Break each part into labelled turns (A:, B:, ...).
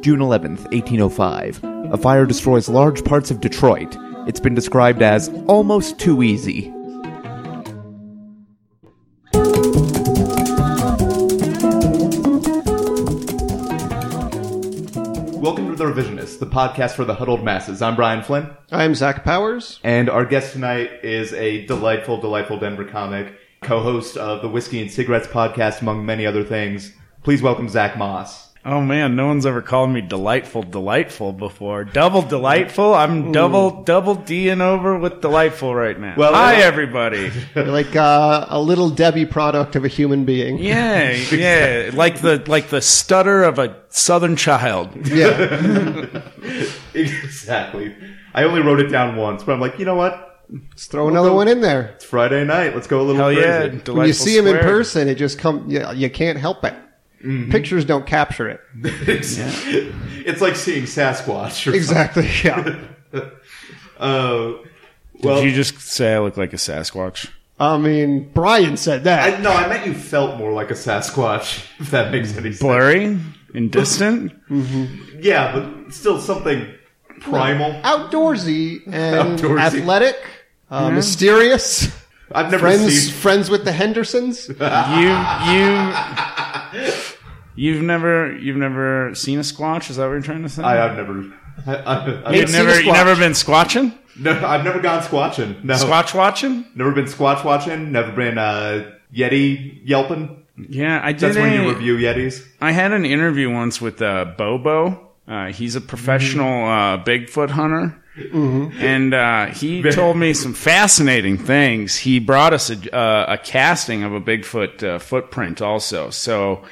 A: June 11th, 1805. A fire destroys large parts of Detroit. It's been described as almost too easy. Welcome to The Revisionist, the podcast for the huddled masses. I'm Brian Flynn.
B: I'm Zach Powers.
A: And our guest tonight is a delightful, delightful Denver comic, co host of the Whiskey and Cigarettes podcast, among many other things. Please welcome Zach Moss.
C: Oh man, no one's ever called me delightful, delightful before. Double delightful. I'm double, double D and over with delightful right now.
A: Well,
C: Well, hi
A: uh,
C: everybody.
B: You're like uh, a little Debbie product of a human being.
C: Yeah, yeah. Like the like the stutter of a southern child.
B: Yeah.
A: exactly. I only wrote it down once, but I'm like, you know what?
B: Just throw another one in there.
A: It's Friday night. Let's go a little
C: Hell
A: crazy.
C: yeah, delightful.
B: When you see him in
C: squared.
B: person, it just come. You, you can't help it.
A: Mm-hmm.
B: Pictures don't capture it.
A: it's, it's like seeing Sasquatch. Or
B: Exactly. Yeah.
A: Uh, well,
C: Did you just say I look like a Sasquatch?
B: I mean, Brian said
A: I,
B: that.
A: no, I meant you felt more like a Sasquatch. If that makes any sense.
C: Blurry and distant.
A: Yeah, but still something primal.
B: Outdoorsy and
A: Outdoorsy.
B: athletic, uh, mysterious.
A: I've never
B: Friends,
A: seen.
B: friends with the Hendersons.
C: you you. You've never you've never seen a squatch? Is that what you're trying to say?
A: I, I've never. I, I,
C: you've
A: I've,
B: It's- seen a
C: never you
B: squatch.
C: never been squatching?
A: no, I've never gone squatching. No,
C: Squatch watching?
A: never been squatch watching. Never been uh, Yeti yelping.
C: Yeah, I did.
A: That's when
C: a-
A: you review Yetis.
C: I had an interview once with uh, Bobo. Uh, he's a professional
A: Mm-hmm.
C: uh, Bigfoot hunter. And uh, he told me some fascinating things. He brought us a, uh, a casting of a Bigfoot uh, footprint, also. So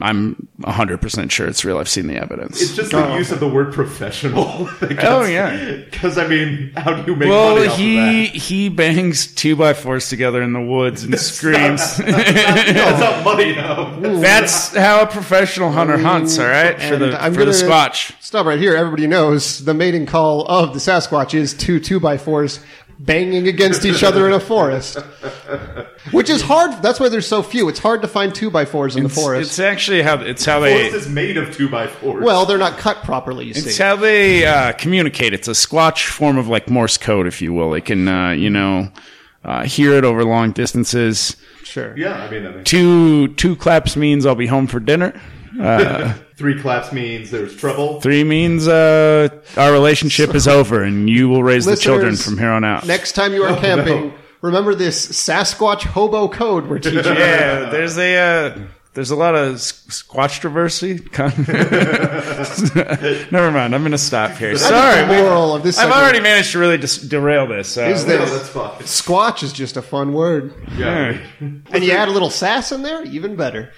C: I'm 100% sure it's real. I've seen the evidence.
A: It's just the use of the word professional.
C: Oh, yeah.
A: Because I mean, how do you make money
C: well,
A: off
C: he
A: of that?
C: he bangs two by fours together in the woods and screams.
A: That's not money, no.
C: That's how a professional hunter hunts. All right, for the
B: And I'm
C: for the
B: gonna
C: squatch.
B: Stop right here. Everybody knows the mating call of the Sasquatch is two two by fours banging against each other in a forest, which is hard. That's why there's so few. It's hard to find two by fours in the forest.
C: It's actually how it's how they
A: Forest is made of two by fours.
B: well, they're not cut properly. You
C: It's
B: see,
C: how they uh, communicate. It's a Squatch form of like Morse code, if you will. They can, uh, you know, uh, hear it over long distances.
B: sure.
A: yeah, I mean, that makes-
C: Two two claps means I'll be home for dinner.
A: three claps means there's trouble.
C: Three means uh, our relationship is over, and you will raise the children
B: Listeners,
C: from here on out. Oh,
B: Next time you are camping, remember this Sasquatch hobo code we're teaching.
C: yeah, there's a uh, there's a lot of s- Squatchtroversy. Never mind. I'm gonna stop here. Sorry.
B: the
C: we-
B: moral of this
C: I've
B: segment.
C: already managed to really dis- derail this. Uh,
B: Is
A: No,
B: this-
A: that's fine.
B: Squatch is just a fun word,
A: Yeah.
B: and you add a little sass in there, even better.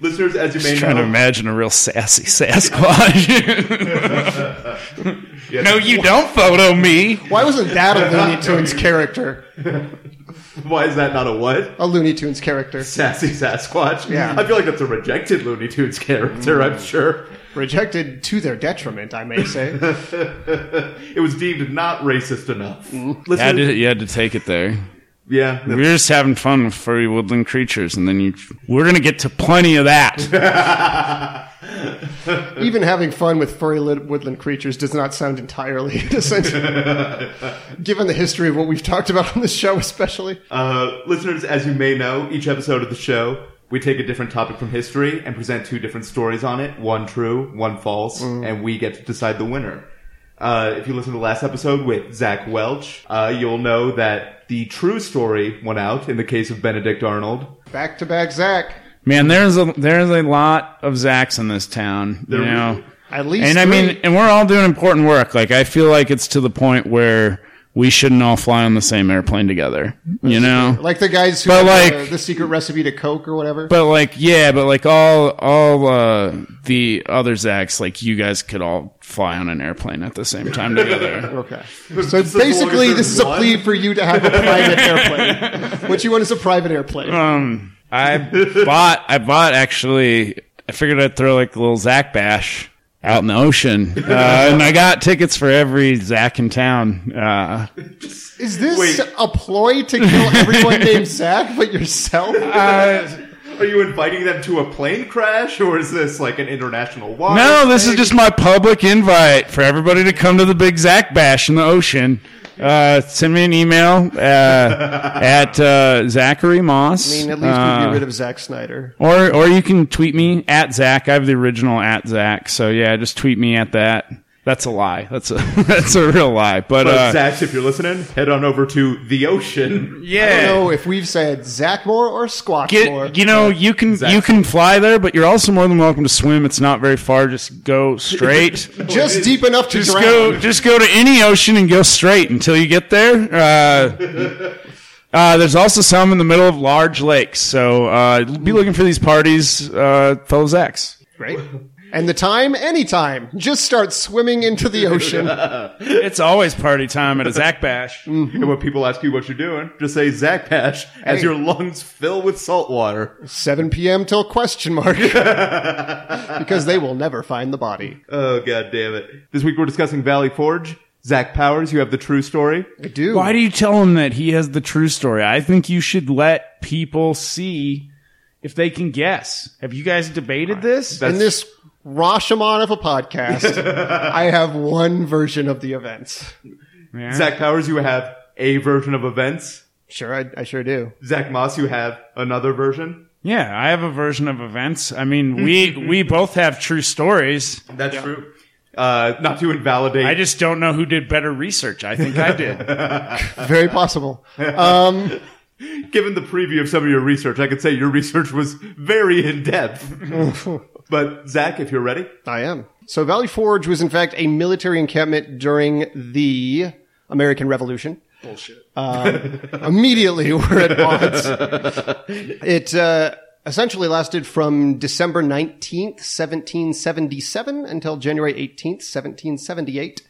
A: Listeners, as you may
C: trying to
A: know,
C: imagine a real sassy Sasquatch.
A: Yeah.
C: no, you don't photo me.
B: Why wasn't that a Looney Tunes character?
A: why is that not a what?
B: A Looney Tunes character.
A: Sassy Sasquatch.
B: Yeah.
A: I feel like that's a rejected Looney Tunes character.
C: Mm.
A: I'm sure
B: Rejected to their detriment, I may say.
A: it was deemed not racist enough.
C: You had, to, you had to take it there.
A: Yeah,
C: We were just having fun with furry woodland creatures, and then you. We're gonna get to plenty of that.
B: Even having fun with furry lit- woodland creatures does not sound entirely innocent, given the history of what we've talked about on this show, especially.
A: Uh, listeners, as you may know, each episode of the show, we take a different topic from history and present two different stories on it one true, one false,
C: Mm.
A: and we get to decide the winner. Uh, if you listen to the last episode with Zach Welch, uh, you'll know that the true story went out in the case of Benedict Arnold.
B: Back to back, Zach.
C: Man, there's a there's a lot of Zacks in this town. You
A: There-
C: know.
B: At least.
C: And I
B: three.
C: mean, and we're all doing important work. Like I feel like it's to the point where we shouldn't all fly on the same airplane together. You know.
B: like the guys who
C: But
B: had, uh,
C: like-
B: the secret recipe to Coke or whatever.
C: But like, yeah, but like all all uh, the other Zacks, like you guys could all fly on an airplane at the same time together.
B: okay. So
A: as long as
B: basically,
A: there's
B: this is a
A: one.
B: plea for you to have a private airplane. what you want is a private airplane.
C: um, I bought I bought actually. I figured I'd throw like a little Zack bash out in the ocean, uh, and I got tickets for every Zack in town. Uh,
B: is this
A: wait.
B: a ploy to kill everyone named Zach but yourself?
C: uh,
A: Are you inviting them to a plane crash, or is this like an international water?
C: No, this is
A: thing?
C: just my public invite for everybody to come to the Big Zach Bash in the ocean. Uh, send me an email uh, at uh, Zachary Moss.
B: I mean, at least
C: uh,
B: we get rid of Zack Snyder.
C: or or you can tweet me at Zach. I have the original at Zach. So yeah, just tweet me at that. That's a lie. That's a that's a real lie. But,
A: But
C: uh,
A: Zach, if you're listening, head on over to the ocean.
B: I don't
C: yeah,
B: know if we've said Zach more or Squatch more.
C: get, you know you can
A: Zach.
C: you can fly there, but you're also more than welcome to swim. It's not very far. Just go straight.
B: just deep enough to
C: just
B: drown.
C: go just go to any ocean and go straight until you get there. Uh, uh, there's also some in the middle of large lakes, so uh, be looking for these parties, uh, fellow Zacks.
B: Great. And the time, anytime. Just start swimming into the ocean.
C: It's always party time at a Zack Bash.
A: And when people ask you what you're doing, just say Zach Bash as
B: Hey.
A: your lungs fill with salt water.
B: 7 p.m. till question mark. because they will never find the body.
A: Oh god damn it! This week we're discussing Valley Forge. Zach Powers, you have the true story.
B: I do.
C: Why do you tell him that he has the true story? I think you should let people see if they can guess. Have you guys debated this?
A: That's-
B: In this Rashomon of a podcast, I have one version of the events.
C: Yeah.
A: Zach Powers, you have a version of events.
B: Sure, I, I sure do.
A: Zach Moss, you have another version.
C: yeah, I have a version of events. I mean, we we both have true stories.
A: That's true. Uh, not to invalidate.
C: I just don't know who did better research. I think I did.
B: Very possible. Um,
A: given the preview of some of your research, I could say your research was very in depth. but Zach, if you're ready,
B: I am. So Valley Forge was in fact a military encampment during the American Revolution. Bullshit. Um, immediately we're at odds. It uh, essentially lasted from December 19th, 1777 until January 18th, 1778.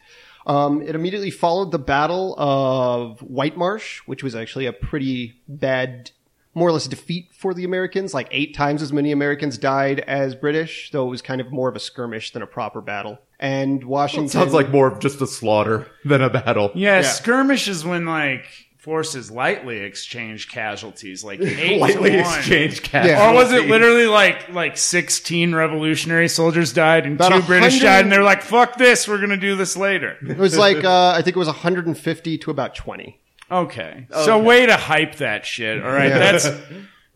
B: Um, it immediately followed the Battle of White Marsh, which was actually a pretty bad, more or less defeat for the Americans. Like eight times as many Americans died as British, though it was kind of more of a skirmish than a proper battle. And Washington
A: sounds like more of just a slaughter than a battle.
C: Yeah, skirmish is when like forces lightly exchange casualties, like eight to
A: Lightly
C: one.
A: exchange cash.
B: Yeah.
C: Or was it literally like like sixteen revolutionary soldiers died and
B: About
C: two
B: a
C: British
B: hundred-
C: died, and they're like, "Fuck this, we're gonna do this later."
B: It was like uh, I think it was 150 to about 20.
C: Okay, so way to hype that shit. All right,
B: Yeah.
C: that's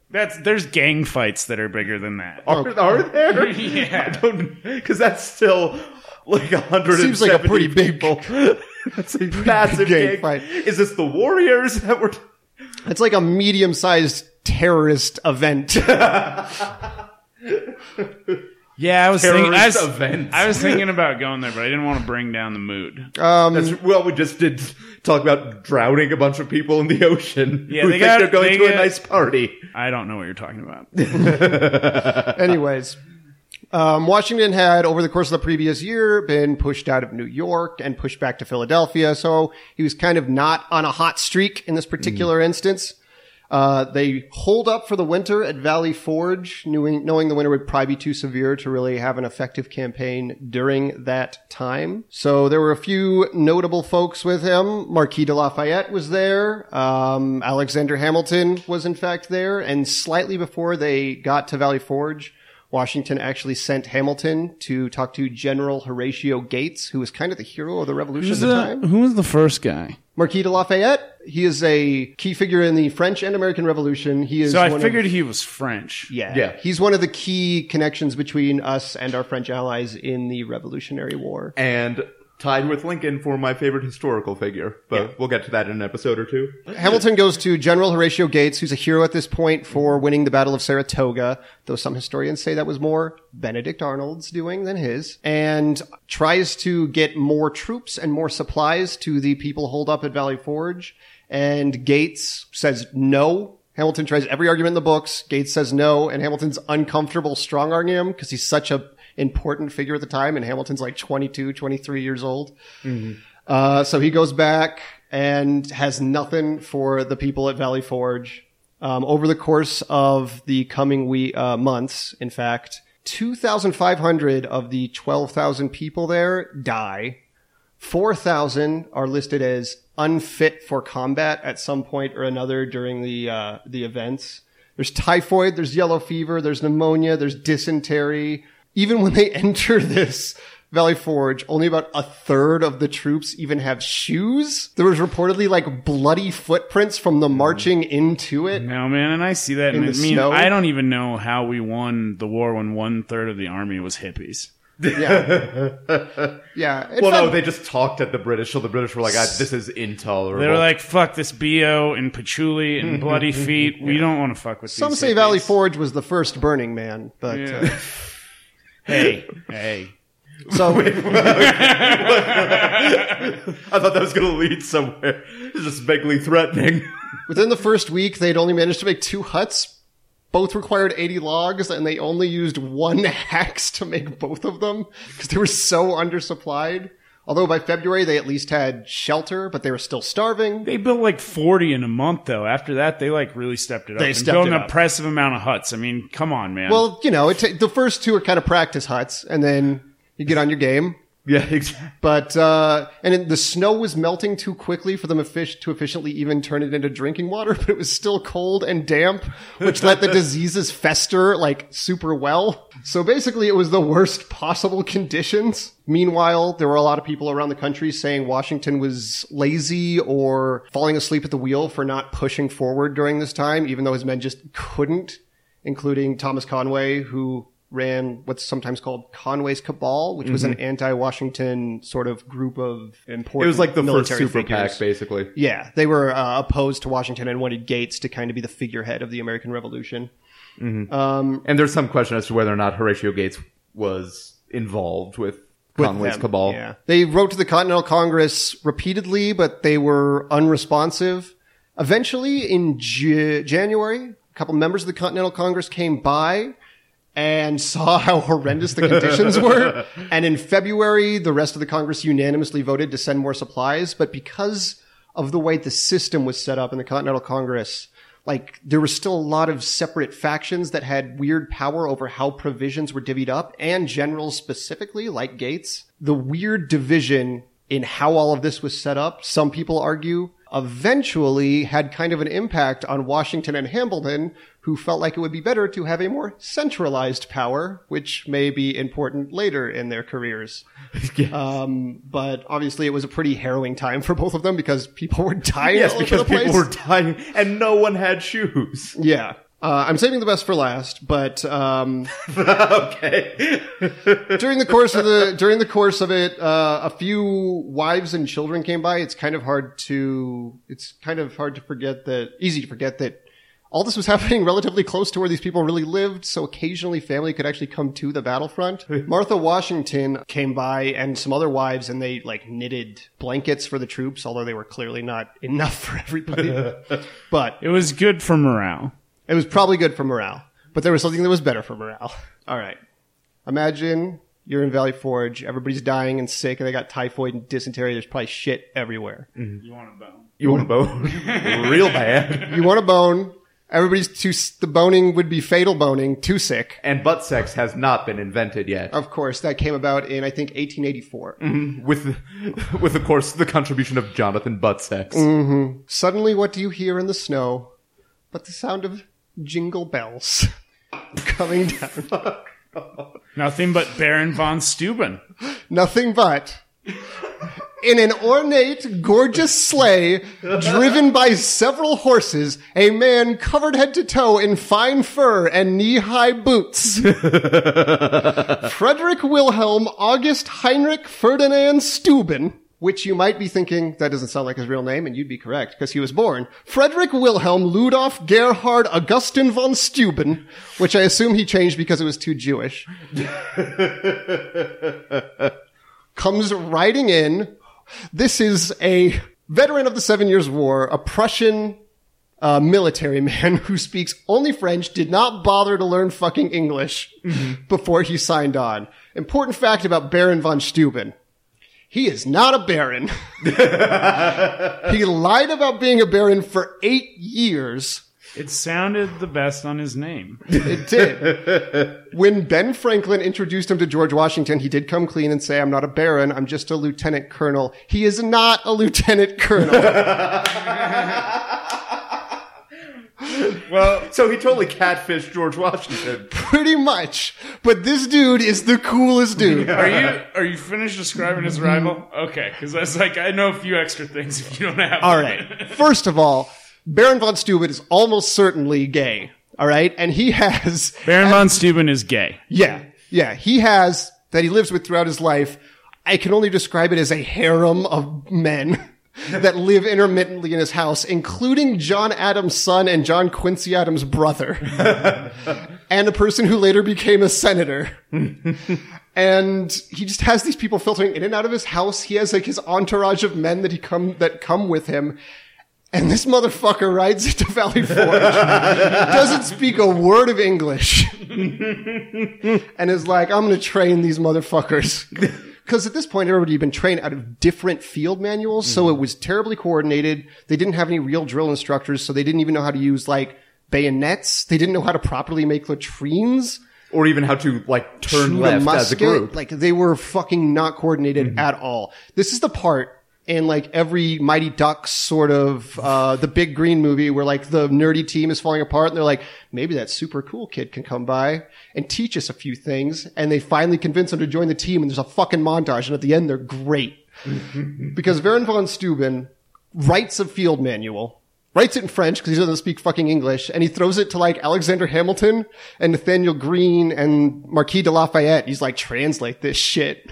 C: that's there's gang fights that are bigger than that.
A: Are, are there? I
C: yeah,
A: don't because that's still like a hundred.
B: Seems like a pretty big-
A: people. that's a massive
B: gang
A: gang.
B: fight.
A: Is this the Warriors that were?
B: It's like a medium-sized terrorist event.
C: yeah. I was thinking, I
A: Terrorist
C: was,
A: events.
C: I was thinking about going there, but I didn't want to bring down the mood.
B: Uh,
A: That's, well, we just did talk about drowning a bunch of people in the ocean.
C: Yeah,
A: who
C: they
A: think
C: got-
A: they're going
C: they
A: to a
C: got-
A: nice party.
C: I don't know what you're talking about.
B: Anyways, um, Washington had over the course of the previous year been pushed out of New York and pushed back to Philadelphia, so he was kind of not on a hot streak in this particular instance. Uh, they hold up for the winter at Valley Forge, knowing, knowing the winter would probably be too severe to really have an effective campaign during that time. So there were a few notable folks with him. Marquis de Lafayette was there. Um, Alexander Hamilton was in fact there. And slightly before they got to Valley Forge, Washington actually sent Hamilton to talk to General Horatio Gates, who was kind of the hero of the revolution at the time.
C: who was Uh, the first guy?
B: Marquis de Lafayette. He is a key figure in the French and American Revolution. He is.
C: So I
B: one
C: figured
B: Of,
C: he was French.
B: yeah,
A: Yeah.
B: He's one of the key connections between us and our French allies in the Revolutionary War.
A: and tied with Lincoln for my favorite historical figure. But we'll get to that in an episode or two.
B: Hamilton goes to General Horatio Gates, who's a hero at this point for winning the Battle of Saratoga, though some historians say that was more Benedict Arnold's doing than his, and tries to get more troops and more supplies to the people holed up at Valley Forge. And Gates says no. Hamilton tries every argument in the books. Gates says no, and Hamilton's uncomfortable strong arming him because he's such a important figure at the time, and Hamilton's like 22, 23 years old. Uh, so he goes back and has nothing for the people at Valley Forge. Um, over the course of the coming we- uh, months, in fact, 2,500 of the 12,000 people there die. 4,000 are listed as unfit for combat at some point or another during the, uh, the events. There's typhoid, there's yellow fever, there's pneumonia, there's dysentery. Even when they enter this Valley Forge, only about a third of the troops even have shoes. There was reportedly like bloody footprints from the marching into it.
C: No, man, and I see that, and
B: In
C: it
B: the
C: means
B: snow?
C: I don't even know how we won the war when one third of the army was hippies.
B: Yeah. yeah. In
A: Well, no,
B: fact,
A: they just talked at the British, so the British were like, "Ah, "This is intolerable."
C: They were like, "Fuck this bo and patchouli and bloody feet. We don't want to fuck with."
B: some
C: these
B: say Valley
C: hippies."
B: Forge was the first Burning Man, but uh,
C: Yeah. hey, hey.
B: so
A: "I thought that was going to lead somewhere." It's just vaguely threatening.
B: Within the first week, they'd only managed to make two huts. Both required 80 logs, and they only used one axe to make both of them because they were so undersupplied. Although by February, they at least had shelter, but they were still starving.
C: They built like 40 in a month, though. After that, they like really stepped it up.
B: They
C: and
B: stepped
C: built
B: it
C: an
B: up.
C: impressive amount of huts. I mean, come on, man.
B: Well, you know, it ta the first two are kind of practice huts, and then you get on your game.
A: yeah, exactly.
B: But, uh, and it, the snow was melting too quickly for them effic- to efficiently even turn it into drinking water, but it was still cold and damp, which let the diseases fester, like, super well. So basically, it was the worst possible conditions. Meanwhile, there were a lot of people around the country saying Washington was lazy or falling asleep at the wheel for not pushing forward during this time, even though his men just couldn't, including Thomas Conway, who ran what's sometimes called Conway's Cabal, which was an anti-Washington sort of group of Mm-hmm. important.
A: It was like the first
B: military
A: super
B: figures.
A: PAC, basically.
B: Yeah, they were uh, opposed to Washington and wanted Gates to kind of be the figurehead of the American Revolution.
A: And there's some question as to whether or not Horatio Gates was involved with Conway's
B: them.
A: cabal.
B: Yeah. They wrote to the Continental Congress repeatedly, but they were unresponsive. Eventually, in J- January, a couple members of the Continental Congress came by and saw how horrendous the conditions were. And in February, the rest of the Congress unanimously voted to send more supplies, but because of the way the system was set up in the Continental Congress, like there was still a lot of separate factions that had weird power over how provisions were divvied up and generals specifically like gates the weird division in how all of this was set up some people argue eventually had kind of an impact on washington and hamilton who felt like it would be better to have a more centralized power which may be important later in their careers um, but obviously it was a pretty harrowing time for both of them because people were dying
A: Yes,
B: all over
A: because
B: the place.
A: people were dying and no one had shoes.
B: Yeah. Uh, I'm saving the best for last, but um,
A: okay.
B: during the course of the during the course of it, uh, a few wives and children came by. It's kind of hard to it's kind of hard to forget that easy to forget that all this was happening relatively close to where these people really lived. So occasionally, family could actually come to the battlefront. Martha Washington came by and some other wives, and they like knitted blankets for the troops, although they were clearly not enough for everybody. but
C: it was good for morale.
B: it was probably good for morale, but there was something that was better for morale. All right. Imagine you're in Valley Forge, everybody's dying and sick, and they got typhoid and dysentery. There's probably shit everywhere.
C: You want a bone?
A: You want a bone? Real bad.
B: You want a bone. Everybody's too, s- the boning would be fatal boning, too sick.
A: And butt sex has not been invented yet.
B: Of course, that came about in, I think, 1884.
A: With, with of course, the contribution of Jonathan butt sex.
B: Mm. Suddenly, what do you hear in the snow but the sound of jingle bells coming down?
C: Nothing but Baron von Steuben.
B: nothing but in an ornate, gorgeous sleigh driven by several horses, a man covered head to toe in fine fur and knee-high boots. Frederick Wilhelm August Heinrich Ferdinand Steuben, which you might be thinking that doesn't sound like his real name, and you'd be correct because he was born Frederick Wilhelm Ludolf Gerhard Augustin von Steuben, which I assume he changed because it was too Jewish comes riding in. This is a veteran of the Seven Years' War, a Prussian uh, military man who speaks only French, did not bother to learn fucking English before he signed on. Important fact about Baron von Steuben. He is not a baron. he lied about being a baron for eight years.
C: It sounded the best on his name.
B: It did. when Ben Franklin introduced him to George Washington, he did come clean and say, I'm not a baron, I'm just a lieutenant colonel. He is not a lieutenant colonel.
C: Well,
A: So he totally catfished George Washington.
B: Pretty much. But this dude is the coolest dude.
C: are you are you finished describing his rival? Okay, because that's like I know a few extra things if you don't have.
B: All right. First of all, Baron von Steuben is almost certainly gay. All right. And he has,
C: Baron von Steuben is gay.
B: yeah, yeah, he has that he lives with throughout his life. I can only describe it as a harem of men that live intermittently in his house, including John Adams' son and John Quincy Adams' brother, and a person who later became a senator. and he just has these people filtering in and out of his house. He has like his entourage of men that he come that come with him. And this motherfucker rides it to Valley Forge, doesn't speak a word of English, and is like, I'm going to train these motherfuckers. Because at this point, everybody had been trained out of different field manuals, so it was terribly coordinated. They didn't have any real drill instructors, so they didn't even know how to use, like, bayonets. They didn't know how to properly make latrines
A: Or even how to, like, turn
B: shoot
A: left as a group. Mm-hmm.
B: Like they were fucking not coordinated at all. This is the part in like every Mighty Ducks sort of uh, the Big Green movie where like the nerdy team is falling apart and they're like, maybe that super cool kid can come by and teach us a few things. And they finally convince him to join the team. And there's a fucking montage. And at the end, they're great
A: Mm-hmm.
B: because Vern von Steuben writes a field manual, writes it in French because he doesn't speak fucking English, and he throws it to like Alexander Hamilton and Nathaniel Greene and Marquis de Lafayette. He's like, translate this shit.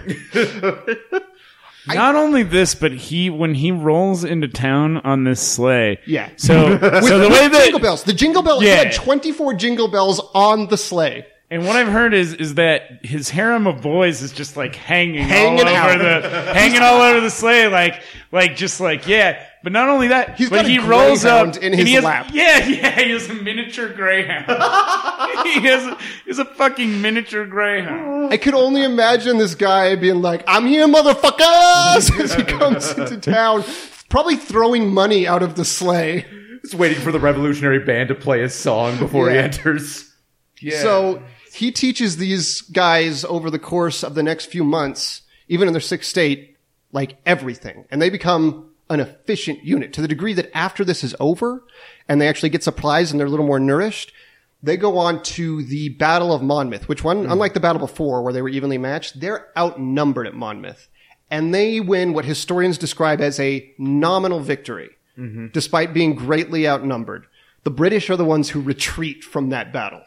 C: Not only this, but he when he rolls into town on this sleigh.
B: Yeah.
C: So so the way
B: jingle
C: that
B: bells. The jingle bell.
C: Yeah.
B: He had 24 jingle bells on the sleigh.
C: and what I've heard is is that his harem of boys is just like hanging,
B: Hanging
C: all
B: out.
C: over the hanging all over the sleigh like like just like yeah. But not only that,
B: He's
C: but
B: got a
C: he rolls
B: greyhound
C: up
B: in
C: and
B: his
C: he has,
B: lap.
C: Yeah, yeah, he has a miniature greyhound. he has a, he's a fucking miniature greyhound.
B: I could only imagine this guy being like, I'm here, motherfuckers, as he comes into town, probably throwing money out of the sleigh.
A: Just waiting for the Revolutionary Band to play his song before he
B: Yeah.
A: enters.
C: Yeah.
B: So he teaches these guys over the course of the next few months, even in their sixth state, like everything. And they become an efficient unit to the degree that after this is over and they actually get supplies and they're a little more nourished, they go on to the Battle of Monmouth, which one, unlike the battle before where they were evenly matched, they're outnumbered at Monmouth. And they win what historians describe as a nominal victory, despite being greatly outnumbered. The British are the ones who retreat from that battle.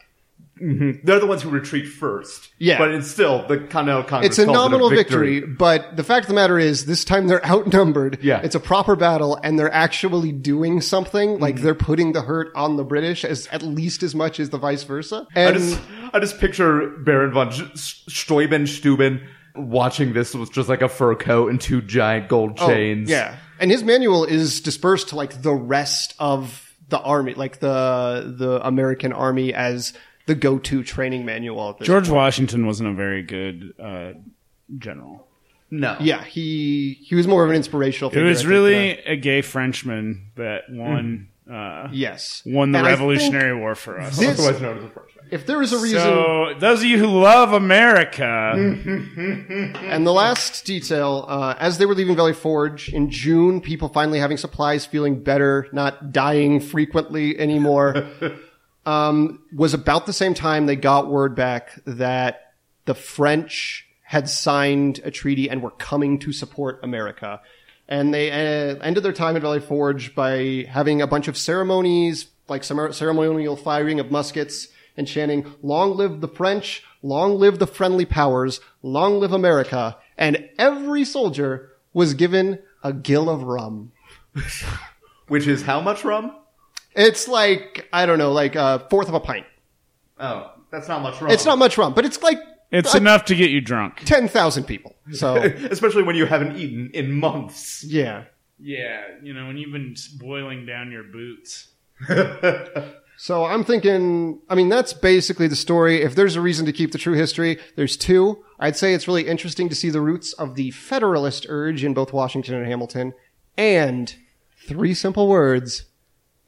A: They're the ones who retreat first.
B: Yeah.
A: But it's still the Continental Congress.
B: it's a
A: calls it
B: nominal victory. but the fact of the matter is, this time they're outnumbered.
A: Yeah.
B: It's a proper battle, and they're actually doing something. Like,
C: Mm-hmm.
B: they're putting the hurt on the British as at least as much as the vice versa.
A: I
B: And
A: just, I just picture Baron von Sch- Steuben Steuben watching this with just like a fur coat and two giant gold
B: Oh,
A: chains.
B: yeah. And his manual is dispersed to, like, the rest of the army, like the, the American army as the go-to training manual. at this
C: George Washington wasn't a very good uh, general.
A: No.
B: Yeah. He, he was more of an inspirational
C: It
B: figure. I
C: was
B: think, than
C: really a gay Frenchman that won uh,
B: I- yes.
C: won the
B: And I think
C: Revolutionary War for us.
B: This,
A: Otherwise known as a Frenchman.
B: if there is a reason.
C: So those of you who love America,
B: And the last detail, uh, as they were leaving Valley Forge in June, people finally having supplies, feeling better, not dying frequently anymore, um, was about the same time they got word back that the French had signed a treaty and were coming to support America. And they uh, ended their time at Valley Forge by having a bunch of ceremonies, like cer- ceremonial firing of muskets and chanting, Long live the French, long live the friendly powers, long live America. And every soldier was given a gill of rum.
A: Which is how much rum?
B: It's like, I don't know, like a fourth of a pint.
A: Oh, that's not much rum.
B: It's not much rum, but it's like
C: it's enough to get you drunk.
B: 10,000 people. So,
A: Especially when you haven't eaten in months.
B: yeah.
C: Yeah, you know, when you've been boiling down your boots.
B: So I'm thinking, I mean, that's basically the story. If there's a reason to keep the true history, there's two. I'd say it's really interesting to see the roots of the Federalist urge in both Washington and Hamilton. And three simple words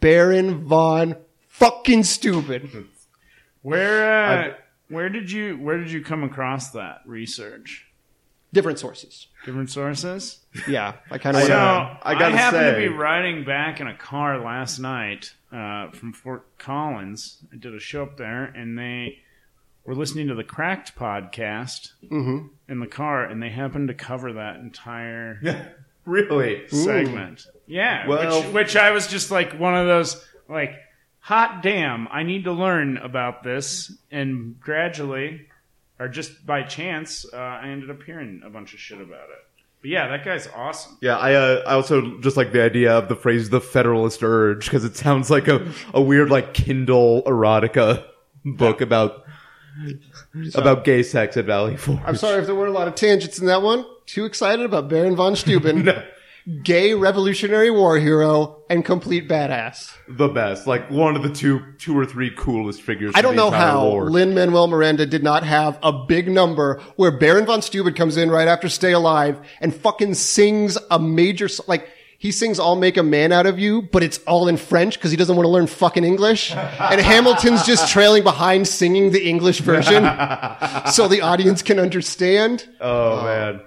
B: Baron Von fucking stupid.
C: Where uh, where did you where did you come across that research?
B: Different sources.
C: Different sources.
B: Yeah. I kind of
C: So
B: want
A: Yeah,
C: I,
A: I gotta
C: happened
A: say-
C: to be riding back in a car last night uh, from Fort Collins. I did a show up there, and they were listening to the Cracked podcast
A: Mm-hmm.
B: Mhm.
C: in the car, and they happened to cover that entire
A: really?
C: segment. Yeah,
A: Well-
C: which, which I was just like one of those like, hot damn, I need to learn about this, and gradually, or just by chance, uh, I ended up hearing a bunch of shit about it. But yeah, that guy's awesome.
A: Yeah, I uh, I also just like the idea of the phrase "the Federalist Urge" because it sounds like a, a weird like Kindle erotica book about about gay sex at Valley Forge.
B: I'm sorry if there weren't a lot of tangents in that one. Too excited about Baron von Steuben, gay Revolutionary War hero and complete badass.
A: the best, like one of the two two or three coolest figures.
B: I
A: in
B: don't
A: the
B: know
A: entire
B: how
A: lore.
B: Lin Manuel Miranda did not have a big number where Baron von Steuben comes in right after Stay Alive and fucking sings a major s- like he sings I'll Make a Man Out of You, but it's all in French because he doesn't want to learn fucking English. And Hamilton's just trailing behind singing the English version so the audience can understand.
A: oh man.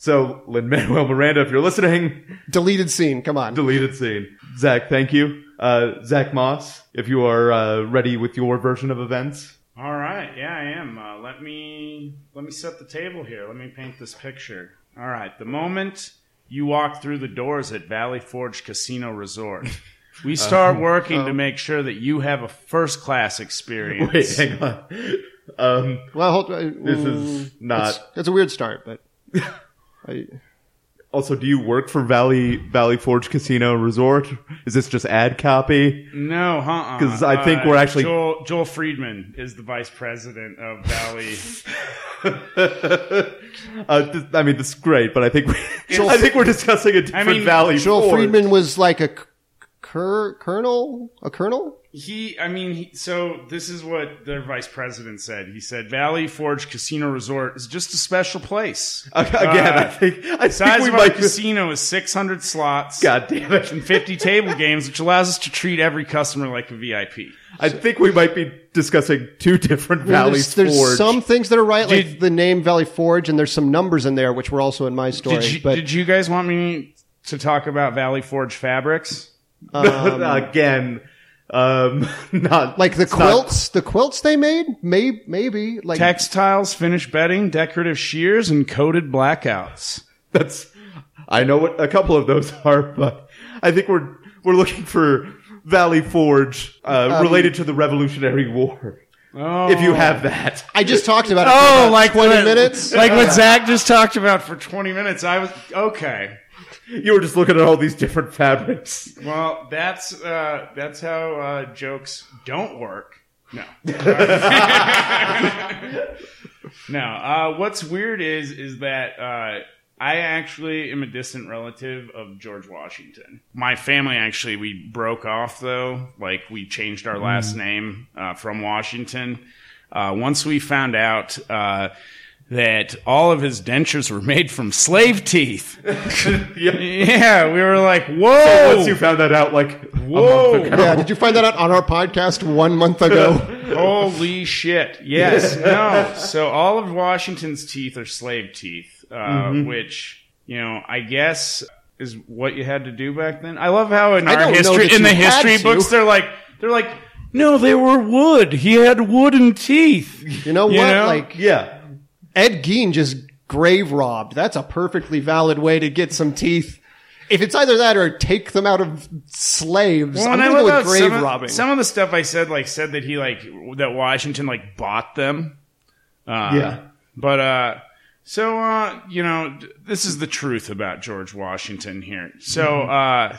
A: So Lin Manuel Miranda, if you're listening,
B: Deleted scene, come on.
A: deleted scene. Zach, thank you. Uh, Zach Moss, if you are uh, ready with your version of events.
C: All right, yeah, I am. Uh, let me let me set the table here. Let me paint this picture. All right, the moment you walk through the doors at Valley Forge Casino Resort, we start
A: Uh,
C: working to make sure that you have a first class experience.
A: um, Wait, hang on. Um,
B: Well, hold, uh, mm,
A: this is not.
B: It's, it's a weird start, but I,
A: Also, do you work for Valley Valley Forge Casino Resort? Is this just ad copy?
C: No, huh?
A: 'Cause I think we're actually-
C: Joel, Joel Friedman is the vice president of Valley.
A: uh, th- I mean, this is great, but I think we,
C: Joel-
A: I think we're discussing a different
C: mean,
A: Valley
B: Joel
A: Forge.
B: Friedman was like a c- cur- colonel, a colonel.
C: he, I mean, he, so this is what their vice president said. He said Valley Forge Casino Resort is just a special place.
A: A- Again, I
C: Uh,
A: think I think
C: Size
A: we
C: of our
A: might.
C: casino is 600 slots
A: God damn it!
C: and 50 table games, which allows us to treat every customer like a VIP.
A: I think we might be discussing two different
B: I mean,
A: Valley
B: there's, there's
A: Forge.
B: some things that are right, like
C: Did-
B: the name Valley Forge, and there's some numbers in there which were also in my story.
C: Did you,
B: but
C: did you guys want me to talk about Valley Forge fabrics?
A: Again, um, not
B: like the
A: it's not-
B: quilts, the quilts they made, maybe, maybe like
C: Textiles, finished bedding, decorative shears, and coated blackouts.
A: That's I know what a couple of those are, but I think we're we're looking for Valley Forge uh,
B: Um,
A: related to the Revolutionary War.
C: Oh.
A: If you have that,
B: I just talked about. It for
C: Oh,
B: about
C: like
B: 20
C: what,
B: minutes.
C: like what Zach just talked about for twenty minutes. I was okay.
A: you were just looking at all these different fabrics.
C: Well, that's uh, that's how uh, jokes don't work. No, no. Uh, what's weird is is that uh, I actually am a distant relative of George Washington. My family actually we broke off though, like we changed our last name uh, from Washington. Uh, once we found out. Uh, that all of his dentures were made from slave teeth.
A: yeah.
C: Yeah, we were like, whoa!
B: Oh.
A: Once you found that out, like
C: Whoa.
A: a month ago.
B: yeah, did you find that out on our podcast one month ago?
C: Holy shit. Yes. No. So all of Washington's teeth are slave teeth, uh,
B: Mm-hmm.
C: which, you know, I guess is what you had to do back then. I love how in
B: I
C: our
B: don't know
C: history,
B: that
C: in
B: you
C: the
B: had
C: history
B: to.
C: books, they're like, they're like, no, they were wood. He had wooden teeth.
B: You know what?
C: You know?
B: Like
A: yeah.
B: Ed Gein just grave robbed. That's a perfectly valid way to get some teeth. If it's either that or take them out of slaves,
C: Well,
B: I'm
C: and I
B: gonna
C: love
B: go
C: how
B: with grave
C: some
B: robbing.
C: of, some of the stuff I said, like, said that he, like, that Washington, like, bought them. Uh,
A: Yeah.
C: But uh so uh you know d- this is the truth about George Washington here. So uh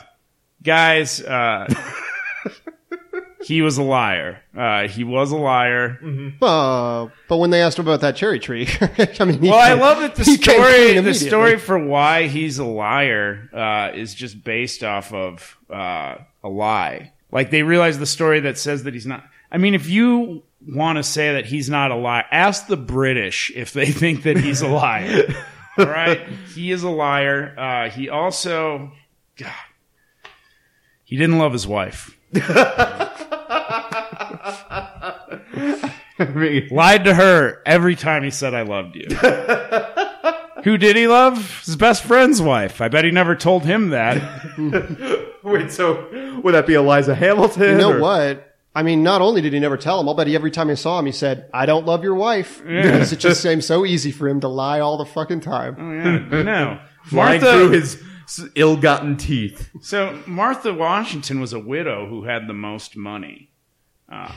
C: guys uh he was a liar. Uh he was a liar.
B: Uh, but when they asked him about that cherry tree, I mean,
C: Well, I love that the story the story
B: immediately.
C: for why he's a liar uh is just based off of uh a lie. Like they realize the story that says that he's not I mean if you want to say that he's not a liar, ask the British if they think that he's a liar. All right. He is a liar. Uh, he also, God, he didn't love his wife.
A: I mean,
C: Lied to her every time he said, I loved you. Who did he love? His best friend's wife. I bet he never told him that.
A: wait. So Would that be Eliza Hamilton?
B: You know
A: or-
B: what? I mean, not only did he never tell him, I'll bet he every time I saw him, he said, I don't love your wife. Because it just seems so easy for him to lie all the fucking
C: Oh,
B: time.
C: Yeah, no.
A: Lying
C: Martha,
A: through his s- ill-gotten teeth.
C: so Martha Washington was a widow who had the most money, uh,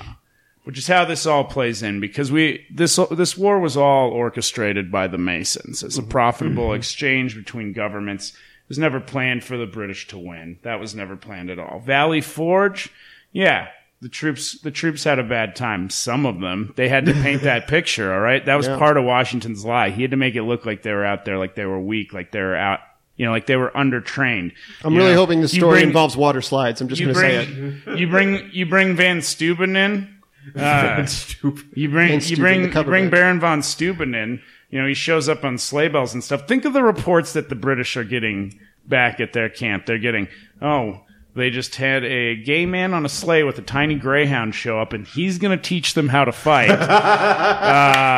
C: which is how this all plays in because we this this war was all orchestrated by the Masons.
B: Mm-hmm.
C: It's a profitable exchange between governments. It was never planned for the British to win. That was never planned at all. Valley Forge, yeah. The troops, the troops had a bad time. Some of them, they had to paint that picture. All right, that was
B: Yeah.
C: part of Washington's lie. He had to make it look like they were out there, like they were weak, like they were out, you know, like they were undertrained.
B: I'm
C: You
B: really
C: know,
B: hoping the
C: you
B: story
C: bring-
B: involves water slides. I'm just
C: You
B: going to say it.
C: bring, you bring you bring Van Steuben in. Uh,
A: Stupid.
C: you bring
B: Van
C: you
B: Steuben, the
C: bring you
B: cover
C: bring
B: band.
C: Baron von Steuben in. You know he shows up on sleigh bells and stuff. Think of the reports that the British are getting back at their camp. They're getting oh they just had a gay man on a sleigh with a tiny greyhound show up and he's going to teach them how to fight. uh,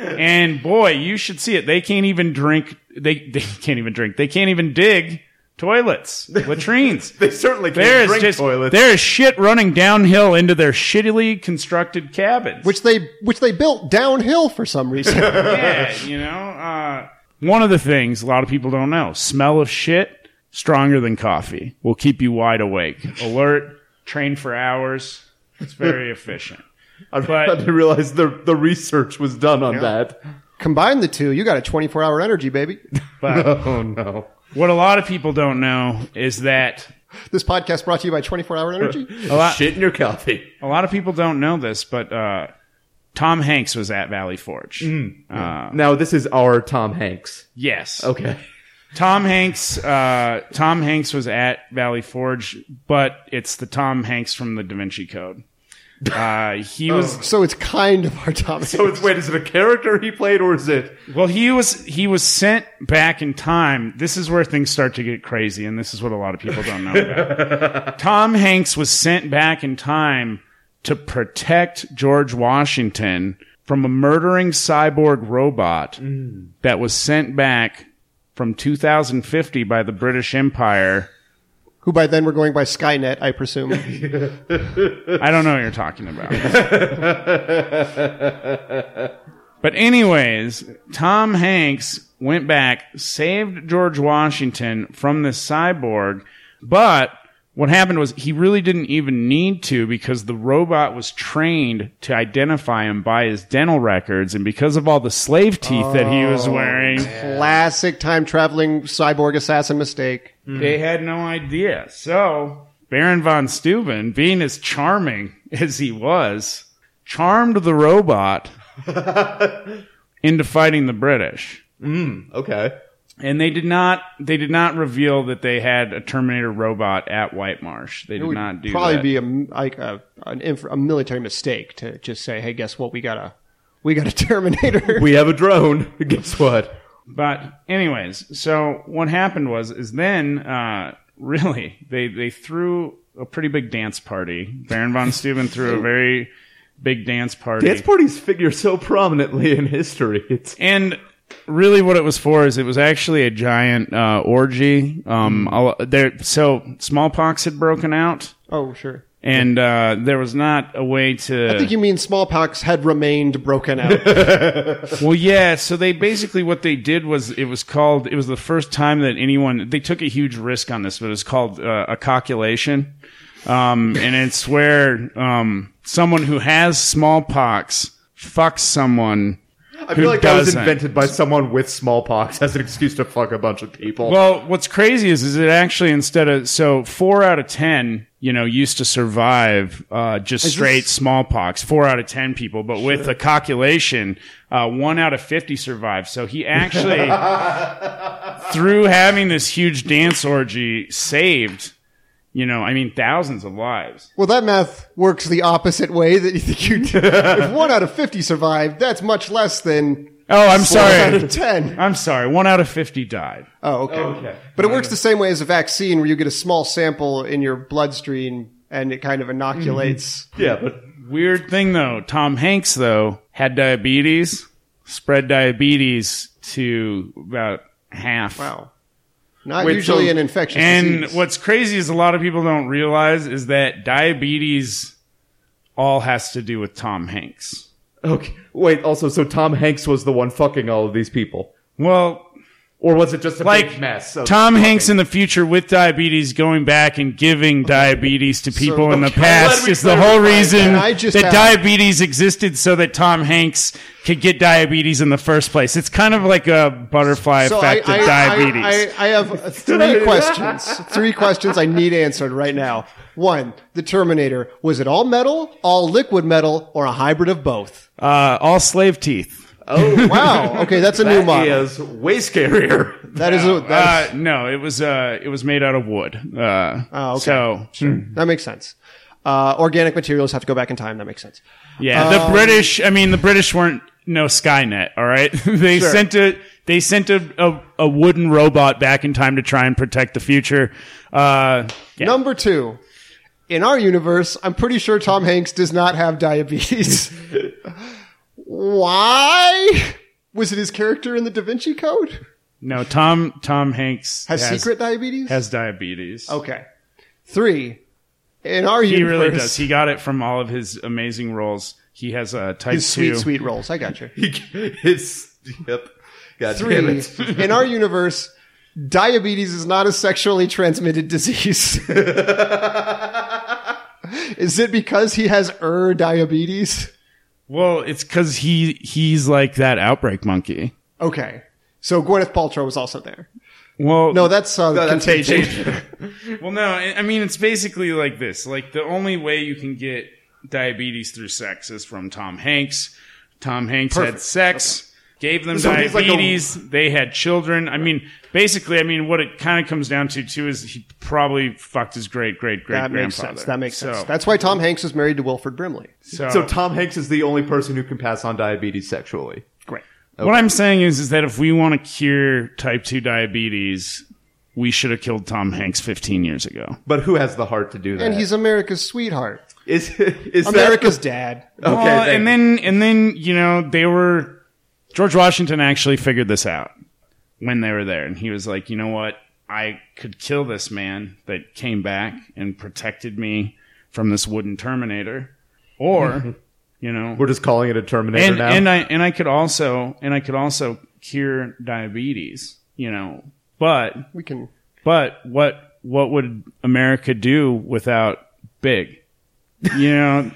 C: and boy, you should see it. They can't even drink. They they can't even drink. They can't even dig toilets, latrines.
A: They certainly can't
C: There is
A: drink
C: just
A: toilets.
C: there is shit running downhill into their shittily constructed cabins.
B: Which they, which they built downhill for some reason.
C: yeah, you know, uh, one of the things a lot of people don't know: smell of shit stronger than coffee will keep you wide awake, alert, train for hours. It's very efficient.
A: I,
C: But-
A: I didn't realize the the research was done on that.
B: Combine the two, you got a 24 hour energy, baby.
A: Oh no.
C: What a lot of people don't know is that
B: This podcast brought to you by 24 hour energy.
C: a lot,
A: Shit in your coffee.
C: a lot of people don't know this, but uh, Tom Hanks was at Valley Forge.
A: Mm. Now this is our Tom Hanks.
C: Yes.
A: Okay.
C: Tom Hanks. Uh, Tom Hanks was at Valley Forge, but it's the Tom Hanks from the Da Vinci Code. Uh, he was
B: So it's kind of our topic.
A: So it's wait, is it a character he played or is it
C: well. He was he was sent back in time. This is where things start to get crazy, and this is what a lot of people don't know about. Tom Hanks was sent back in time to protect George Washington from a murdering cyborg robot that was sent back from 2050 by the British Empire.
B: Who by then we're going by Skynet, I presume.
C: I don't know what you're talking about. but anyways, Tom Hanks went back, saved George Washington from this cyborg, but what happened was he really didn't even need to because the robot was trained to identify him by his dental records and because of all the slave teeth that he was wearing,
B: Classic time traveling cyborg assassin mistake.
C: They had no idea. So Baron von Steuben, being as charming as he was, charmed the robot into fighting the British.
A: Okay.
C: And they did not they did not reveal that they had a Terminator robot at White Marsh. They did
B: It would
C: not do
B: probably
C: that.
B: be a m- like a an inf- a military mistake to just say, "Hey, guess what? We got a we got a Terminator."
A: We have a drone. Guess what?
C: But anyways, so what happened was is then uh, really they they threw a pretty big dance party. Baron von Steuben threw a very big dance party.
A: Dance parties figure so prominently in history. It's
C: And really, what it was for is it was actually a giant uh, orgy. Um,
A: Hmm.
C: all- there, so smallpox had broken out,
B: oh, sure.
C: and uh, there was not a way to.
B: I think you mean smallpox had remained broken out.
C: well, yeah. So they basically what they did was it was called. It was the first time that anyone they took a huge risk on this, but it was called uh, a coculation, um, and it's where um, someone who has smallpox fucks someone.
A: I feel like that was
C: doesn't?
A: invented by someone with smallpox as an excuse to fuck a bunch of people.
C: Well, what's crazy is, is it actually instead of so four out of ten, you know, used to survive uh, just straight smallpox. Four out of ten people, but with the coculation, uh, one out of fifty survived. So he actually, through having this huge dance orgy, saved. You know, I mean, thousands of lives.
B: well, that math works the opposite way that you think you did. if one out of fifty survived, that's much less than
C: Oh, I'm
B: one out
C: sorry.
B: of ten.
C: I'm sorry. One out of fifty died.
B: Oh, okay. But it works the same way as a vaccine, where you get a small sample in your bloodstream and it kind of inoculates.
C: Mm-hmm.
A: yeah, but
C: Weird thing though, Tom Hanks though had diabetes, spread diabetes to about half
B: Wow. Not
C: with
B: usually
C: the-
B: an infectious
C: And
B: disease.
C: what's crazy is a lot of people don't realize is that diabetes all has to do with Tom Hanks.
A: Okay. Wait. Also, so Tom Hanks was the one fucking all of these people,
C: Well,
A: or was it just a
C: like
A: big mess? of
C: Tom
A: fucking-
C: Hanks in the future with diabetes going back and giving diabetes to people in the
B: Okay.
A: Glad
C: past
A: we
C: is the whole
A: clarified
C: reason
B: that. I just
C: that
B: have-
C: diabetes existed so that Tom Hanks could get diabetes in the first place. It's kind of like a butterfly effect of diabetes.
B: I, I, I have three questions. Three questions I need answered right now. One, the Terminator was it all metal, all liquid metal, or a hybrid of both?
C: uh, all slave teeth.
A: Oh
B: Wow. Okay, that's a new
A: that
B: model.
A: is way scarier.
B: That is, a, that,
C: Uh, no, it was uh, it was made out of wood. Uh,
B: Oh, okay.
C: So
B: is- that makes sense. Uh, organic materials have to go back in time. That makes sense.
C: yeah,
B: Um,
C: the British. I mean, the British weren't no Skynet. All right, they sent a they sent a, a a wooden robot back in time to try and protect the future. Uh, yeah.
B: Number two, in our universe, I'm pretty sure Tom Hanks does not have diabetes. Why? Was it his character in the Da Vinci Code?
C: No, Tom Tom Hanks
B: Has, secret diabetes?
C: has diabetes.
B: Okay. Three. In our
C: he
B: universe,
C: really does. He got it from all of his amazing roles. He has a type
B: his
C: two.
B: sweet, sweet rolls. I got you.
A: it's yep. God damn
B: Three.
A: it.
B: In our universe, diabetes is not a sexually transmitted disease. is it because he has er diabetes?
C: Well, it's because he he's like that outbreak monkey.
B: Okay. So Gwyneth Paltrow was also there.
C: Well,
B: No, that's uh,
A: that's
B: contagion.
C: Well, no, I I mean it's basically like this. Like the only way you can get diabetes through sex is from Tom Hanks. Tom Hanks had sex, gave them
A: So he's like a-
C: diabetes. they had children. I mean, basically, I mean what it kind of comes down to too is he probably fucked his great great great
B: That
C: grandfather.
B: makes sense. That makes sense.
C: So-
B: That's why Tom Hanks is married to Wilford Brimley.
C: so,
A: So Tom Hanks is the only person who can pass on diabetes sexually.
B: Great.
C: what I'm saying is is that if we want to cure type two diabetes, we should have killed Tom Hanks 15 years ago.
A: But who has the heart to do that?
B: And he's America's sweetheart.
A: is is that-
B: America's dad.
A: okay?
C: well,
A: thank
C: Uh, and
A: you.
C: then and then you know they were George Washington actually figured this out when they were there, and he was like, you know what, I could kill this man that came back and protected me from this wooden Terminator, or you know,
A: we're just calling it a Terminator
C: and
A: now.
C: and I and I could also and I could also cure diabetes, you know, but
B: We can.
C: but what what would America do without Big? You know.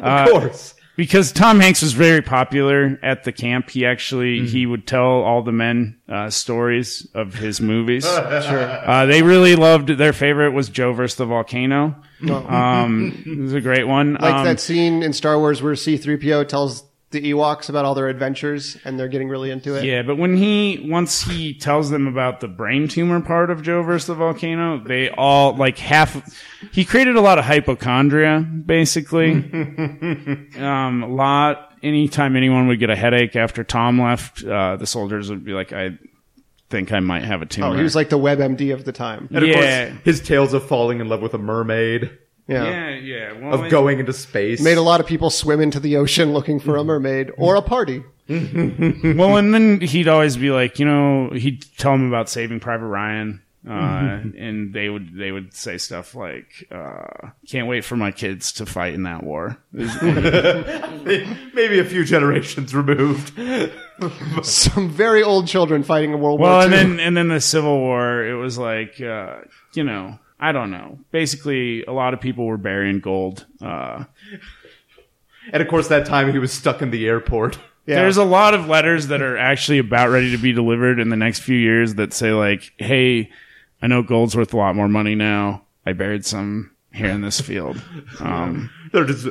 C: uh,
A: of course.
C: because Tom Hanks was very popular at the camp. He actually he would tell all the men uh, stories of his movies. sure, uh, they really loved. Their favorite was Joe versus the volcano. Um, it was a great one.
B: Like
C: um,
B: that scene in Star Wars where C3PO tells the Ewoks about all their adventures and they're getting really into it.
C: yeah, but when he once he tells them about the brain tumor part of Joe versus the volcano, they all like half. He created a lot of hypochondria, basically. um, a lot. Anytime anyone would get a headache after Tom left, uh, the soldiers would be like, "I think I might have a tumor."
B: Oh, he was like the WebMD of the time.
A: And of
C: yeah,
A: course, his tales of falling in love with a mermaid,
B: Yeah.
C: yeah, yeah. Well,
A: of
C: it-
A: going into space.
B: Made a lot of people swim into the ocean looking for a mermaid or a party.
C: well, and then he'd always be like, you know, he'd tell them about Saving Private Ryan, uh, and they would they would say stuff like, uh, "Can't wait for my kids to fight in that war."
A: Maybe a few generations removed.
B: Some very old children fighting in World
C: Well,
B: War
C: and
B: II.
C: then and then the Civil War, it was like, uh, you know, I don't know. Basically, a lot of people were burying gold. Uh,
A: and of course, that time he was stuck in the airport.
B: yeah.
C: There's a lot of letters that are actually about ready to be delivered in the next few years that say like, "Hey, I know gold's worth a lot more money now. I buried some here in this field." Um,
A: They're just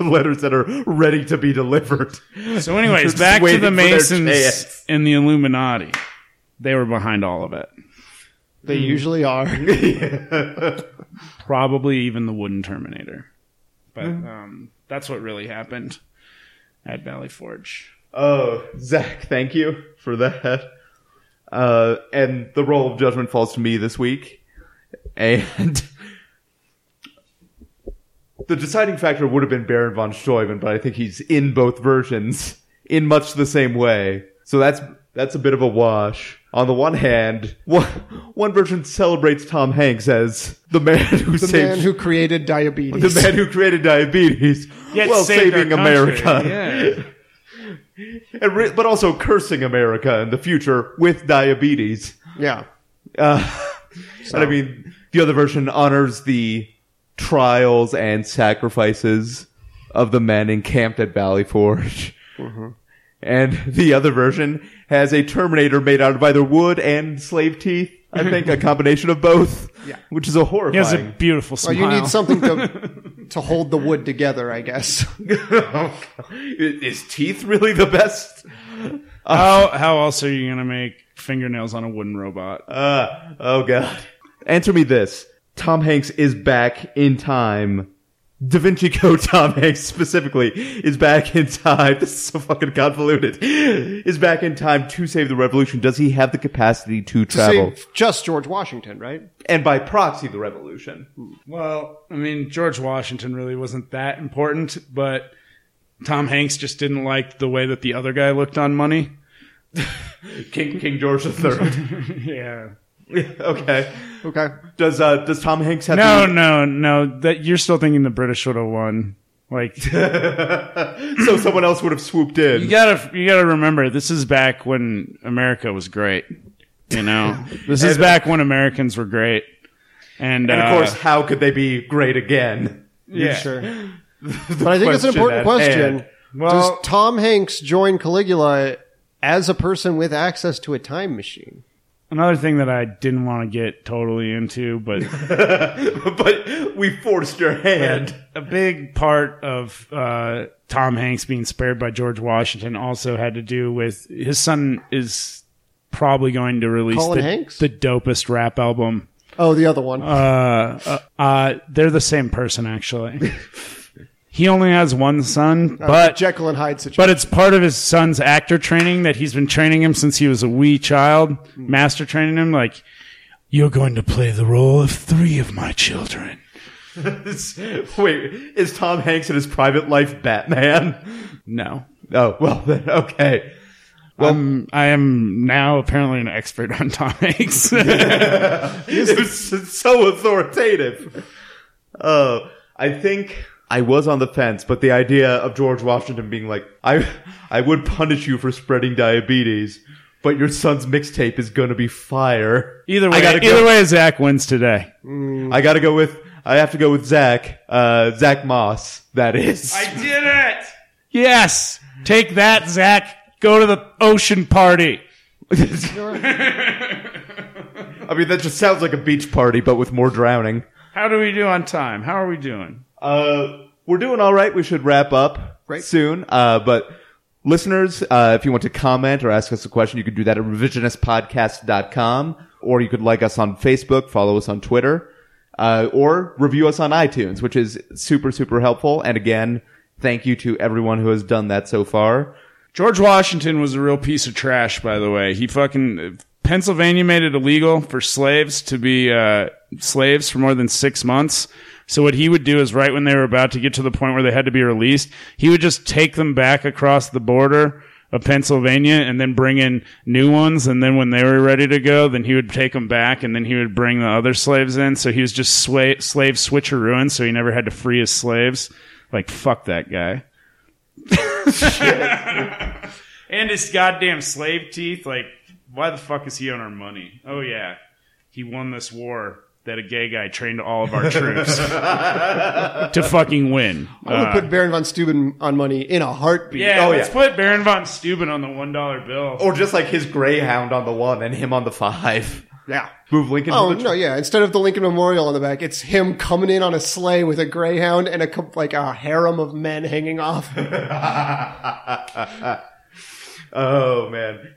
A: letters that are ready to be delivered.
C: so, anyways,
A: Just
C: back to
A: waiting
C: the
A: for their
C: Masons
A: chance.
C: and the Illuminati. They were behind all of it.
B: they
C: Hmm.
B: usually are.
C: Probably even the wooden Terminator. But um, that's what really happened at Valley Forge.
A: Oh, Zach, thank you for that. Uh, and the role of judgment falls to me this week. And the deciding factor would have been Baron von Steuben, but I think he's in both versions in much the same way. So that's That's a bit of a wash. On the one hand, one, one version celebrates Tom Hanks as the man who
B: The
A: saved
B: man who created diabetes.
A: the man who created diabetes
C: Yet
A: while
C: saved our
A: saving
C: country.
A: America,
C: Yeah.
A: and re- but also cursing America in the future with diabetes.
B: yeah.
A: Uh, And I mean, the other version honors the trials and sacrifices of the men encamped at Valley Forge.
C: Mm-hmm.
A: And the other version has a Terminator made out of either wood and slave teeth. I think a combination of both,
B: Yeah.
A: which is a horrifying.
C: He has a beautiful
B: Well,
C: smile.
B: you need something to to hold the wood together, I guess.
A: Is teeth really the best?
C: how, how else are you going to make fingernails on a wooden robot?
A: Uh, oh god. Answer me this. Tom Hanks is back in time. Da Vinci Code Tom Hanks specifically is back in time. This is so fucking convoluted. Is back in time to save the revolution. Does he have the capacity to travel?
B: Save just George Washington, right?
A: And by proxy, the revolution.
C: Well, I mean, George Washington really wasn't that important, but Tom Hanks just didn't like the way that the other guy looked on money.
A: King King George III.
C: yeah.
A: okay.
B: Okay.
A: Does uh does Tom Hanks have
C: No,
A: the-
C: no, no. That you're still thinking the British would have won. Like
A: so someone else would have swooped in?
C: you gotta, you gotta remember, this is back when America was great. You know, this is back when Americans were great. And,
A: And of
C: uh,
A: course, how could they be great again?
C: yeah.
B: But I think it's an
A: question
B: important
A: at
B: question.
A: hand.
C: Well-
B: Does Tom Hanks join Caligula as a person with access to a time machine?
C: Another thing that I didn't want to get totally into, but
A: but we forced your hand.
C: And a big part of uh, Tom Hanks being spared by George Washington also had to do with his son is probably going to release
B: Colin
C: the,
B: Hanks?
C: the dopest rap album.
B: Oh, the other one.
C: Uh, uh, uh, they're the same person, actually. he only has one son,
A: Uh,
C: but
B: Jekyll and Hyde situation.
C: but it's part of his son's actor training that he's been training him since he was a wee child,
A: Hmm.
C: master training him. Like, you're going to play the role of three of my children.
A: Wait, is Tom Hanks in his private life Batman?
C: No.
A: Oh, well, then, okay.
C: Well, I am now apparently an expert on Tom Hanks.
A: It was so authoritative. Uh, I think I was on the fence, but the idea of George Washington being like, I, I would punish you for spreading diabetes, but your son's mixtape is going to be fire.
C: either way,
A: I gotta
C: either
A: go-
C: way, Zach wins today.
A: I got to go with, I have to go with Zach, uh, Zach Moss, that is.
C: did it. Yes, take that, Zach. Go to the ocean party.
A: I mean, that just sounds like a beach party, but with more drowning.
C: How do we do on time? How are we doing?
A: Uh, we're doing all right. We should wrap up
B: Great.
A: soon. Uh, but listeners, uh, if you want to comment or ask us a question, you can do that at revisionistpodcast.com or you could like us on Facebook, follow us on Twitter, uh, or review us on iTunes, which is super, super helpful. And again, thank you to everyone who has done that so far.
C: George Washington was a real piece of trash, by the way. He fucking Pennsylvania made it illegal for slaves to be uh, slaves for more than six months. So what he would do is, right when they were about to get to the point where they had to be released, he would just take them back across the border of Pennsylvania and then bring in new ones. And then when they were ready to go, then he would take them back and then he would bring the other slaves in. So he was just swa- slave switcherooing. So he never had to free his slaves. Like fuck that guy. And his goddamn slave teeth. Like, why the fuck is he on our money? Oh, yeah. He won this war that a gay guy trained all of our troops to fucking win.
B: I would
C: Uh,
B: put Baron von Steuben on money in a heartbeat.
C: yeah,
A: oh,
C: let's
A: yeah.
C: put Baron von Steuben on the $1
B: Oh.
C: bill.
A: Or just like his greyhound on the one and him on the five.
B: Yeah.
A: Move Lincoln.
B: Oh
A: to the
B: no, yeah. Instead of the Lincoln Memorial on the back, it's him coming in on a sleigh with a greyhound and a co- like a harem of men hanging off.
A: oh man.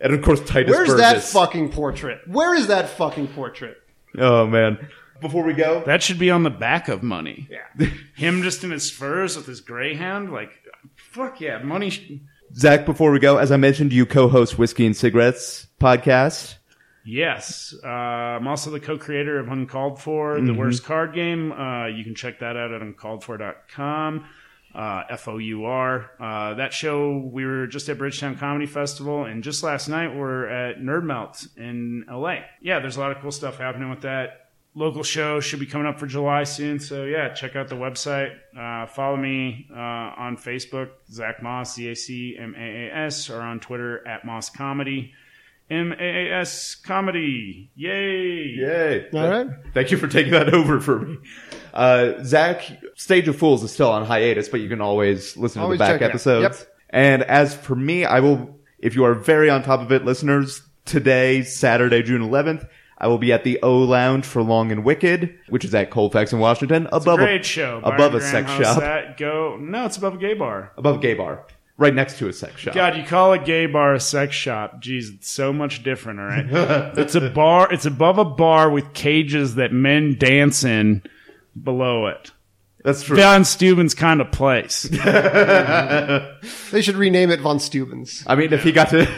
A: And of course, Titus
B: Where's that
A: Burgess.
B: fucking portrait? Where is that fucking portrait?
A: Oh man. Before we go,
C: That should be on the back of money.
B: Yeah.
C: Him just in his furs with his greyhound. Like, fuck yeah, money. Sh-
A: Zach, before we go, as I mentioned, you co-host Whiskey and Cigarettes podcast.
C: Yes. Uh, I'm also the co creator of Uncalled For, the worst card game. Uh, you can check that out at uncalledfor.com. uh, FOUR. Uh, that show, we were just at Bridgetown Comedy Festival, and just last night we're at Nerd Melt in LA. Yeah, there's a lot of cool stuff happening with that. Local show should be coming up for July soon. So, yeah, check out the website. Uh, follow me uh, on Facebook, Zach Moss, Z A C M A A S, or on Twitter, at Moss Comedy. M A A S Comedy. Yay!
A: Yay.
B: All right.
A: Thank you for taking that over for me. Uh, Zach, Stage of Fools is still on hiatus, but you can always listen
B: Always
A: to the back
B: check it out.
A: episodes.
B: Yep.
A: And as for me, I will, if you are very on top of it, listeners, today, Saturday, June 11th, I will be at the O Lounge for Long and Wicked, which is at Colfax in Washington, above
C: Great
A: a,
C: show.
A: above a
C: Byron
A: sex
C: Grindhouse,
A: shop,
C: That go no, it's above a gay bar.
A: above a gay bar, right next to a sex shop.
C: God, you call a gay bar a sex shop? Jeez, it's so much different. All right, it's a bar. It's above a bar with cages that men dance in below it.
A: That's true.
C: Don Steuben's kind of place.
B: They should rename it Von Steuben's.
A: I mean, if he got to,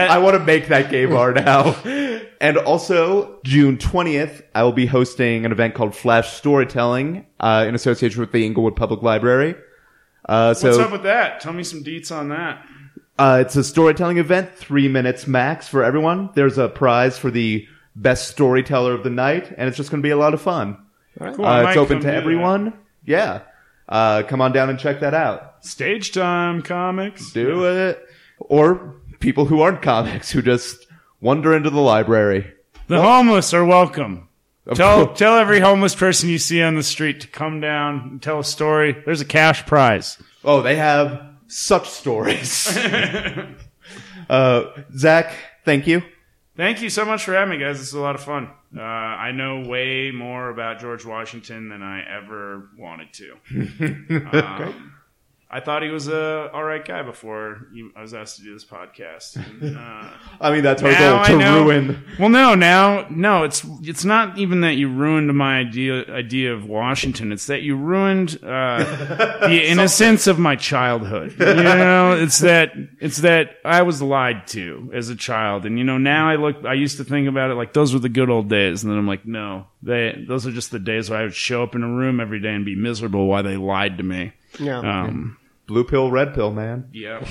A: I want to make that gay bar now. and also, June 20th, I will be hosting an event called Flash Storytelling, uh, in association with the Inglewood Public Library. Uh, so,
C: What's up with that? Tell me some deets on that.
A: uh, it's a storytelling event, three minutes max for everyone. There's a prize for the best storyteller of the night, and it's just going to be a lot of fun.
C: Cool, I
A: Uh,
C: might
A: it's open
C: come
A: to
C: do that.
A: everyone. Yeah. Uh, come on down and check that out.
C: Stage time comics.
A: Do it. Or people who aren't comics who just wander into the library.
C: The homeless are welcome.
A: Of
C: Tell
A: course.
C: tell every homeless person you see on the street to come down and tell a story. There's a cash prize.
A: Oh, they have such stories. uh, Zach, thank you.
C: Thank you so much for having me, guys. This is a lot of fun. Uh, I know way more about George Washington than I ever wanted to. Um, I thought he was a all right guy before you, I was asked to do this podcast. And, uh,
A: I mean, that's our
C: Now
A: goal
C: I
A: to
C: know-
A: ruin.
C: Well, no, now no. It's it's not even that you ruined my idea idea of Washington. It's that you ruined uh, the innocence of my childhood. You know, it's that it's that I was lied to as a child, and you know now I look. I used to think about it like those were the good old days, and then I'm like, no, they those are just the days where I would show up in a room every day and be miserable why they lied to me.
B: Yeah.
C: Um,
A: Blue pill, red pill, man.
C: yeah.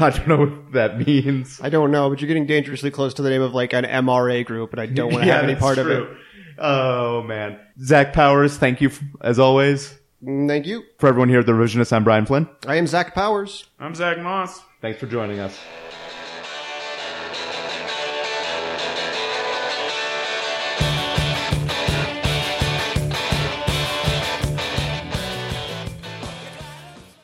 A: I don't know what that means.
B: I don't know, but you're getting dangerously close to the name of like an MRA group, and I don't want to have any
A: that's
B: part of
A: true. Oh, man. Zach Powers, thank you f- as always.
B: it. Mm, Thank you.
A: For everyone here at The Revisionist, I'm Brian Flynn.
B: I am Zach Powers.
C: I'm Zach Moss.
A: Thanks for joining us.